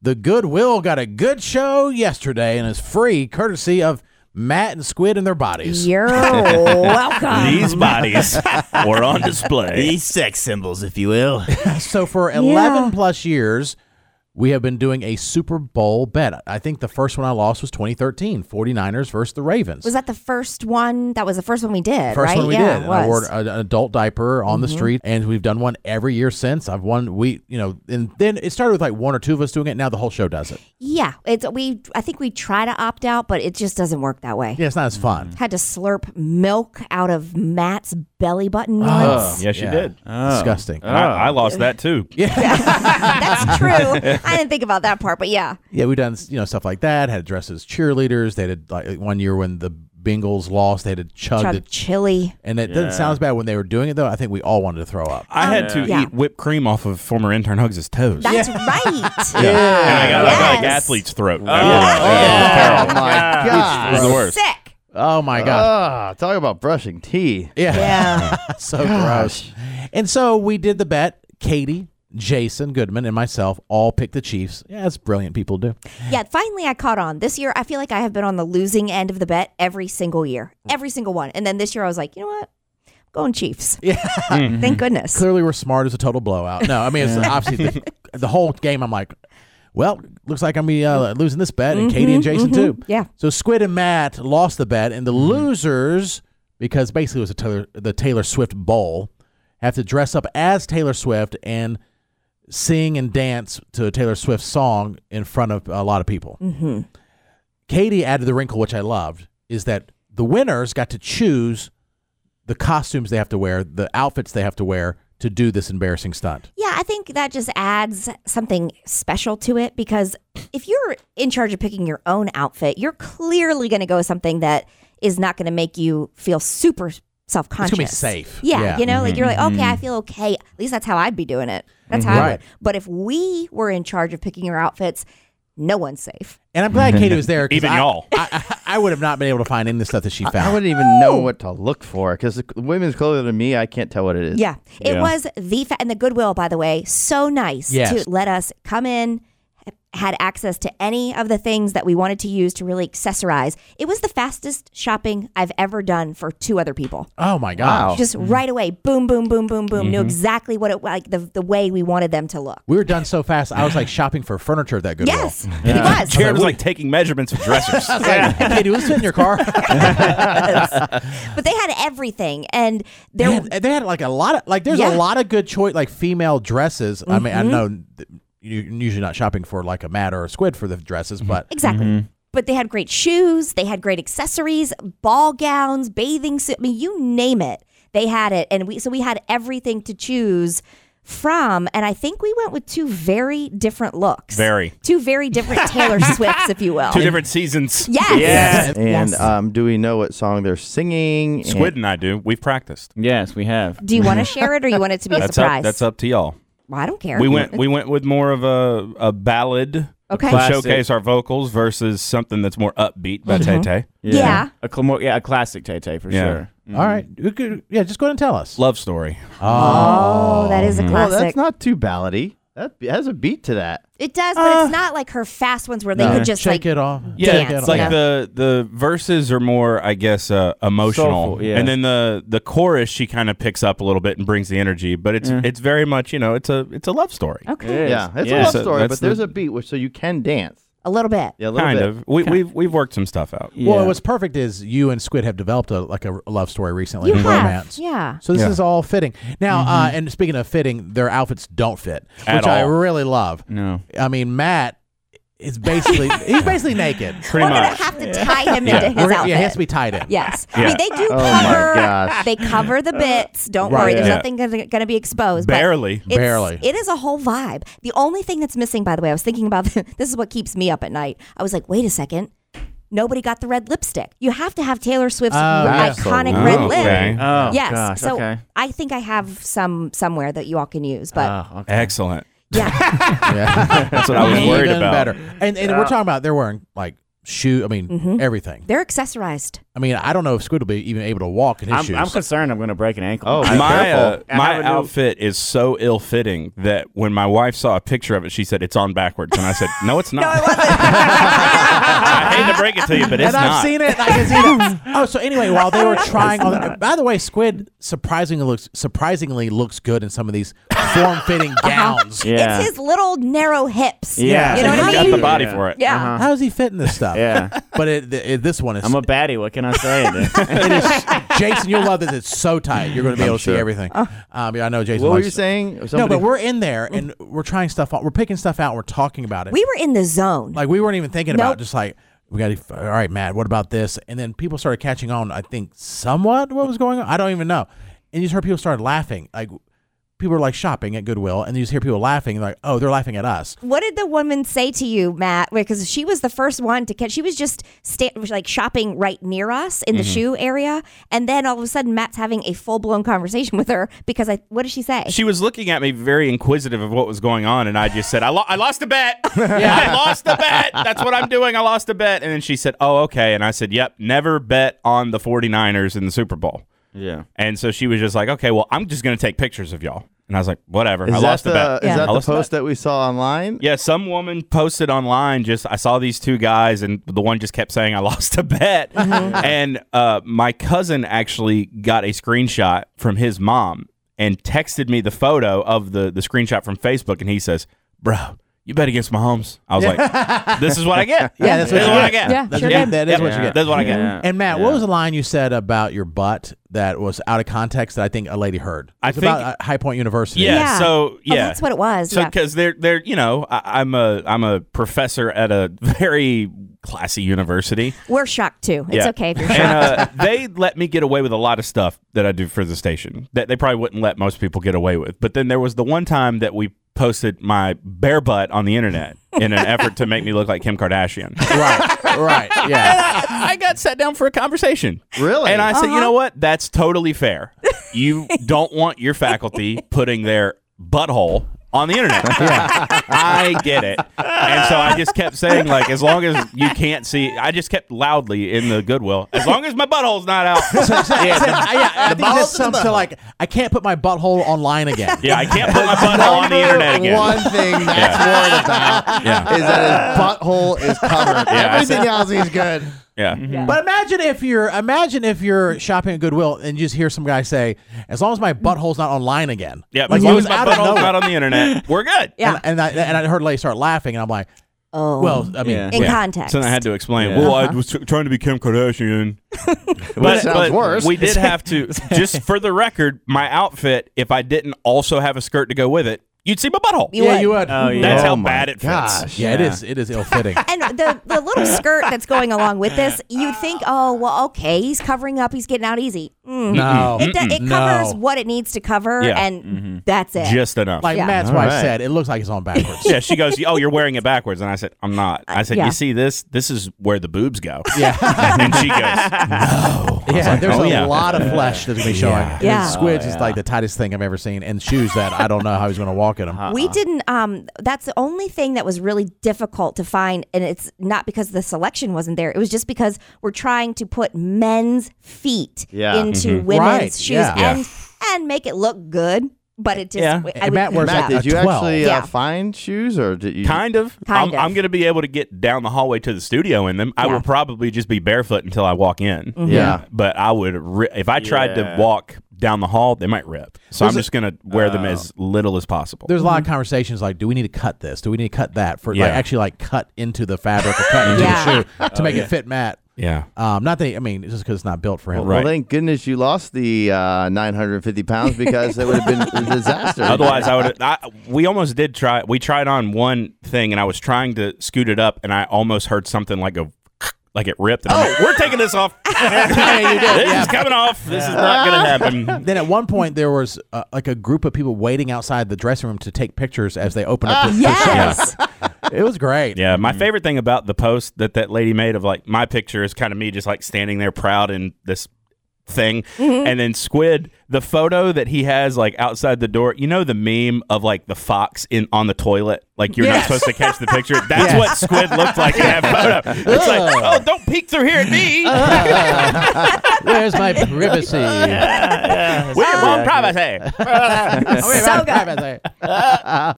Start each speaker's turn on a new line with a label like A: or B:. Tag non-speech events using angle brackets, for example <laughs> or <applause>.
A: The Goodwill got a good show yesterday and is free courtesy of Matt and Squid and their bodies.
B: You're welcome.
C: These
D: <laughs>
C: bodies were on display.
D: Um, These sex symbols, if you will.
A: <laughs> So for 11 plus years, we have been doing a Super Bowl bet. I think the first one I lost was 2013, 49ers versus the Ravens.
B: Was that the first one? That was the first one we did,
A: First
B: right?
A: one we
B: yeah,
A: did.
B: it
A: I wore
B: was. Mm-hmm.
A: an adult diaper on the street, and we've done one every year since. I've won. We, you know, and then it started with like one or two of us doing it. Now the whole show does it.
B: Yeah, it's we. I think we try to opt out, but it just doesn't work that way.
A: Yeah, it's not as fun.
B: Had to slurp milk out of Matt's belly button once.
C: Yes, you
A: Yeah.
C: did. Oh.
A: Disgusting.
C: And I,
E: Oh.
C: I lost that too.
B: That's true. I didn't think about that part, but yeah.
A: Yeah, we've done you know stuff like that. Had dressed as cheerleaders. They did like one year when the Bengals lost. They had chugged
B: Tried
A: it,
B: chili.
A: and it doesn't sound as bad when they were doing it though. I think we all wanted to throw up.
E: I had to
B: Yeah.
E: eat whipped cream off of former intern Huggs' toes.
B: That's right. Yeah.
C: And I got, I got like
B: Yes.
C: athlete's throat. after
D: Oh,
C: that.
D: my
C: It was
D: God.
C: the worst.
B: Sick.
A: Oh my god.
D: Ah, talk about brushing tea.
A: Yeah.
B: Yeah.
A: <laughs> so gross. And so we did the bet. Katie, Jason Goodman, and myself all picked the Chiefs. Yeah, as brilliant people do.
B: Yeah, finally I caught on. This year I feel like I have been on the losing end of the bet every single year.
A: Mm.
B: Every single one. And then this year I was like, you know what? I'm going Chiefs. <laughs> Yeah. Thank goodness.
A: Clearly, we're smart as a total blowout. No, I mean, it's obviously the, the whole game. I'm like, well, looks like I'm gonna be uh, losing this bet, and Katie and Jason too.
B: Yeah.
A: So Squid and Matt lost the bet, and the losers, because basically it was a Taylor, the Taylor Swift Bowl, have to dress up as Taylor Swift and sing and dance to a Taylor Swift song in front of a lot of people. Mm-hmm. Katie added the wrinkle, which I loved, is that the winners got to choose the costumes they have to wear, the outfits they have to wear to do this embarrassing stunt.
B: Yeah, I think that just adds something special to it because if you're in charge of picking your own outfit, you're clearly going to go with something that is not going to make you feel super self conscious.
A: be safe.
B: Yeah,
A: Yeah. Mm-hmm.
B: you know, like you're like, okay, I feel okay. At least that's how I'd be doing it. That's how I
A: Right.
B: would. But if we were in charge of picking our outfits, no one's safe.
A: And I'm glad Katie was there.
C: <laughs>
A: 'cause
C: Even
A: I-
C: y'all.
A: I, I, I would have not been able to find any of the stuff that she found.
D: I wouldn't even know what to look for because the women's clothing to me, I can't tell what it is.
B: Yeah. It
C: Yeah.
B: was the fa- and the Goodwill, by the way, so nice
A: Yes.
B: to let us come in, h- had access to any of the things that we wanted to use to really accessorize. It was the fastest shopping I've ever done for two other people.
A: oh Mm-hmm. my gosh.
B: Just right away, boom, boom, boom, boom, boom. Knew exactly what it like the the way we wanted them to look.
A: We were done so fast. I was like shopping for furniture at that Goodwill.
B: Yes, <laughs> it was.
C: Jared was like taking measurements of
B: <laughs>
C: dressers.
A: I was like, hey, Katie, what's in your
C: <laughs>
A: car?
B: but they had everything, and there
A: they, had, they had, like a lot of like. There's
B: Yeah. Mm-hmm.
A: a lot of good choice like female dresses. I mean, I know th- you're usually not shopping for like a mat or a squid for the dresses,
C: Mm-hmm.
A: but
B: Exactly. But they had great shoes, they had great accessories, ball gowns, bathing suit. I mean, you name it. They had it. And we so we had everything to choose from. And I think we went with two very different looks.
C: Very.
B: Two very different
C: <laughs>
B: Taylor Swifts, if you will.
C: Two different seasons.
B: Yes.
C: Yes. uh,
D: And
B: Yes.
D: um, do we know what song they're singing?
C: Squid and I do. We've practiced.
E: Yes, we have.
B: Do you want to share it or you want it to be a
C: <laughs> That's
B: surprise?
C: up. That's up to y'all.
B: Well, I don't care.
C: We went. We went with more of a a ballad.
B: Okay.
C: To
E: Classic.
C: showcase our vocals versus something that's more upbeat by Tay Tay.
B: Mm-hmm. Yeah.
E: A cl- more, yeah, a classic Tay Tay for
C: Yeah.
E: sure.
A: all right, You could- yeah, just go ahead and tell us.
C: Love story.
B: Oh, that is a
D: Oh,
B: classic.
D: that's not too ballady. That has a beat to that.
B: it does, but it's
C: Uh.
B: not like her fast ones where they could just
A: Uh, Shake
B: like
A: it off.
C: Yeah,
A: Shake it
B: dance,
A: off.
C: it's like
B: Yeah.
C: the the verses are more, I guess, uh, emotional,
E: Soulful, yeah.
C: and then the the chorus she kind of picks up a little bit and brings the energy, but it's
E: Mm.
C: it's very much you know it's a it's a love story,
B: Okay.
D: Yeah, it's
E: Yeah.
D: a love
C: So
D: story,
C: that's
D: but there's
C: the-
D: a beat, which so you can dance.
B: a little bit.
D: Yeah, a little
C: kind
D: bit.
C: of. We, we've we've worked some stuff out.
A: Well,
E: Yeah.
A: what's perfect is you and Squid have developed a like a love story recently.
B: You
A: and
B: have,
A: romance.
B: yeah.
A: So this is all fitting. Now, uh, and speaking of fitting, their outfits don't fit,
C: Mm-hmm. At
A: which I
C: all.
A: really love.
E: No.
A: I mean, Matt is
C: <laughs>
A: basically he's basically naked.
C: Pretty
B: We're
C: much.
B: gonna have to tie him into his
A: We're-
B: outfit.
A: yeah, he has to be tied in.
B: Yes. I
C: Yeah.
B: mean, they do cover.
D: my gosh.
B: They cover the bits. Don't
A: Right.
B: worry. There's
C: Yeah.
B: nothing going to be exposed. but
C: Barely.
B: it's-
A: Barely.
B: It is a whole vibe. The only thing that's missing, by the way, I was thinking about <laughs> this is what keeps me up at night. I was like, wait a second. Nobody got the red lipstick. You have to have Taylor Swift's
A: Oh,
B: r- iconic
D: absolutely.
B: red
C: Oh,
B: lip.
C: okay.
E: Oh,
B: yes.
E: gosh,
B: so
E: okay.
B: I think I have some somewhere that you all can use. But
E: Oh, okay.
C: Excellent.
B: yeah,
C: That's what I was worried
A: Even
C: about.
B: Mm-hmm.
A: better. And and we're talking about they're wearing like shoe. I mean, everything.
B: they're accessorized. <laughs>
A: I mean, I don't know if Squid will be even able to walk in his
E: I'm,
A: shoes.
E: I'm concerned I'm going to break an ankle.
D: Oh,
E: I-
D: my-
C: my uh,
E: I
C: my
E: have a new-
C: outfit is so ill fitting that when my wife saw a picture of it, she said it's on backwards, and I said, "No, it's not." I hate to break it to you, but
A: and
C: it's not.
A: I've seen it. and I can see
C: <laughs>
A: it. Oh, so anyway, while they were trying on, by the way, Squid surprisingly looks surprisingly looks good in some of these
B: <laughs>
A: form-fitting
B: Uh-huh.
A: gowns.
E: yeah.
B: It's his little narrow hips.
E: Yeah.
B: You know
C: He's
B: what I
C: got
B: mean?
C: the body
E: Yeah.
C: for it.
B: yeah.
A: How is he fitting this stuff?
E: yeah.
A: <laughs> But it, it, this one is.
E: I'm a baddie. What can I say?
C: <laughs>
E: dude?
A: it is <laughs> Jason, you'll love this. It's so tight. You're going to be able to
D: sure.
A: see everything. Um, yeah, I know Jason.
D: What were
A: likes-
D: you saying?
A: No,
D: Somebody-
A: but we're in there and we're trying stuff out. We're picking stuff out. We're talking about it.
B: We were in the zone.
A: like we weren't even thinking
B: Nope.
A: about it, just like we got to all right matt what about this and then people started catching on i think somewhat what was going on i don't even know and you just heard people started laughing like people were like shopping at goodwill and you just hear people laughing like oh they're laughing at us
B: What did the woman say to you, Matt? Because she was the first one to catch. She was just sta- was, like shopping right near us in the shoe area, and then all of a sudden, Matt's having a full blown conversation with her because I. What did she say?
C: She was looking at me very inquisitive of what was going on, and I just said, I, lo- I lost a bet. <laughs> I lost a bet. That's what I'm doing. I lost a bet. And then she said, Oh, okay. And I said, Yep, never bet on the 49ers in the Super Bowl.
D: yeah.
C: And so she was just like, Okay, well, I'm just going to take pictures of y'all. And I was like, Whatever.
D: Is
C: I
D: that
C: lost
D: the,
C: a bet.
D: Is
B: Yeah.
D: that
C: I
D: the
C: lost a
D: post
C: bet.
D: that we saw online?
C: Yeah, some woman posted online just, I saw these two guys, and the one just kept saying, I lost a bet.
E: Mm-hmm.
C: and uh, my cousin actually got a screenshot from his mom and texted me the photo of the, the screenshot from Facebook. And he says, Bro, you bet against Mahomes. I
E: <laughs>
C: was like, This is what I get.
A: Yeah, that's what
C: This is
A: you
C: what I
A: get.
C: get.
B: Yeah,
A: That's
B: sure
A: what you-
B: did.
A: that is
C: Yep.
A: what you get.
C: That's what I get.
E: Yeah.
A: and matt what was the line you said about your butt that was out of context that i think a lady heard
C: I
A: It's
C: think-
A: about uh, high point university
C: Yeah.
B: Yeah. Oh,
C: So yeah,
B: that's what it was,
C: So
B: yeah.
C: because they're they're you know I, I'm a I'm a professor at a <laughs> very classy university.
B: we're shocked too. It's
C: Yeah.
B: okay if you're shocked.
C: And uh, they let me get away with a lot of stuff that I do for the station that they probably wouldn't let most people get away with. But then there was the one time that we posted my bare butt on the internet in an effort to make me look like Kim Kardashian.
A: right right
C: <laughs>
A: yeah
C: I, I got sat down for a conversation.
D: Really?
C: And I said,
A: Uh-huh.
C: you know what? That's
A: <laughs>
C: totally fair. You don't want your faculty putting their butthole on the
A: <laughs>
C: internet. I get it. And so I just kept saying, like, as long as you can't see, I just kept loudly in the goodwill, as long as my butthole's not out.
A: I, <laughs> yeah, I think that's something to like i can't put my butthole online again
B: <laughs>
C: Yeah, I can't put my butthole on the internet again.
F: One thing that's
C: <laughs>
F: worried about
C: Yeah.
F: is that his butthole is covered.
C: Yeah, I
F: Everything else is
D: <laughs>
F: good.
C: Yeah.
A: But imagine if you're imagine if you're shopping at Goodwill and you just hear some guy say, "As long as my butthole's not online again."
C: Yeah.
A: like
C: as
A: he
C: long
A: was
C: as my
A: out of
C: butthole's
A: nowhere.
C: not on the internet, we're good.
B: Yeah.
A: And, and I and I heard Lay start laughing, and I'm like,
B: oh,
A: "Well, I mean,
E: Yeah.
B: in
C: Yeah.
B: context.
C: So then I had to explain.
E: Yeah.
C: Well, I was t- trying to be Kim Kardashian. but,
F: sounds
C: but
F: worse.
C: We did have to, just for the record, my outfit, if I didn't also have a skirt to go with it, you'd see my butthole.
B: You
A: yeah,
B: would.
A: you would."
E: Oh, yeah.
C: That's
D: Oh
C: how
D: my
C: bad it fits.
F: Gosh.
A: Yeah, it is. It is ill
C: <laughs>
A: fitting.
B: and the, the little skirt that's going along with this, you think, oh well, okay, he's covering up, he's getting out easy. Mm.
A: no,
B: It, do- it
A: no.
B: covers what it needs to cover,
C: Oh. Yeah. Mm-hmm.
B: and that's it.
C: Just enough.
A: Like
B: Yeah.
A: Matt's
D: All
A: wife
D: right.
A: said, it looks like it's on backwards.
C: yeah, she goes, "Oh, you're wearing it backwards," and I said, "I'm not." I said,
B: yeah.
C: "You see this? This is where the boobs go." <laughs>
A: <laughs>
C: Yeah, and she goes,
A: yeah, there's
C: oh,
A: a
C: yeah.
A: lot of flesh that's gonna be showing. And
B: Yeah.
A: Squids is like the tightest thing I've ever seen, and shoes that I don't know how he's gonna walk in them.
C: uh-uh.
B: We didn't. Um, that's the only thing that was really difficult to find, and it's not because the selection wasn't there. It was just because we're trying to put men's feet
D: Yeah.
B: into
C: Mm-hmm.
B: women's
A: Right,
B: shoes
A: yeah. Yeah.
B: and and make it look good. But it just
C: Yeah.
B: I would,
A: Matt wears
B: yeah.
D: Matt,
A: Yeah.
D: did you
A: A 12.
D: actually
B: Yeah.
D: uh, find shoes or did you?
C: "Kind of.
B: Kind
C: I'm,
B: of.
C: I'm going to be able to get down the hallway to the studio in them. I
B: Yeah. Mm-hmm.
C: will probably just be barefoot until I walk in.
D: Yeah.
C: But I would, ri- if I tried
E: Yeah.
C: to walk down the hall, they might rip. So I'm just going to wear them as little as possible.
A: There's a lot of
B: Mm-hmm.
A: conversations like, do we need to cut this? Do we need to cut that for like
C: Yeah.
A: actually like cut into the fabric or cut into
B: Yeah.
A: the shoe to make it fit Matt?
C: yeah.
A: Um, not that he- I mean, it's just because it's not built for him.
D: Well,
C: Right.
D: thank goodness you lost the uh, 950 pounds because that would have been
C: <laughs>
D: a disaster.
C: Otherwise, I would. I, we almost did try. We tried on one thing, and I was trying to scoot it up, and I almost heard something like a, like it ripped. And
B: Oh.
C: I'm like, we're taking
B: <laughs>
C: this off. this is coming off. This is not going to happen.
A: Then at one point there was uh, like a group of people waiting outside the dressing room to take pictures as they opened up. the, the
B: Ah,
C: <laughs>
B: Yes.
A: shop. it was great.
C: Yeah, my favorite thing about the post that that lady made of like my picture is kind of me just like standing there proud in this thing. And then Squid, the photo that he has like outside the door, you know the meme of like the fox in on the toilet, like you're not
B: Yes.
C: supposed to catch the picture. That's what Squid looked like in that photo. It's like, oh, don't peek through here at me.
A: Where's
B: <laughs>
A: my privacy?
C: We're on privacy.
B: <laughs> so good.
A: Privacy.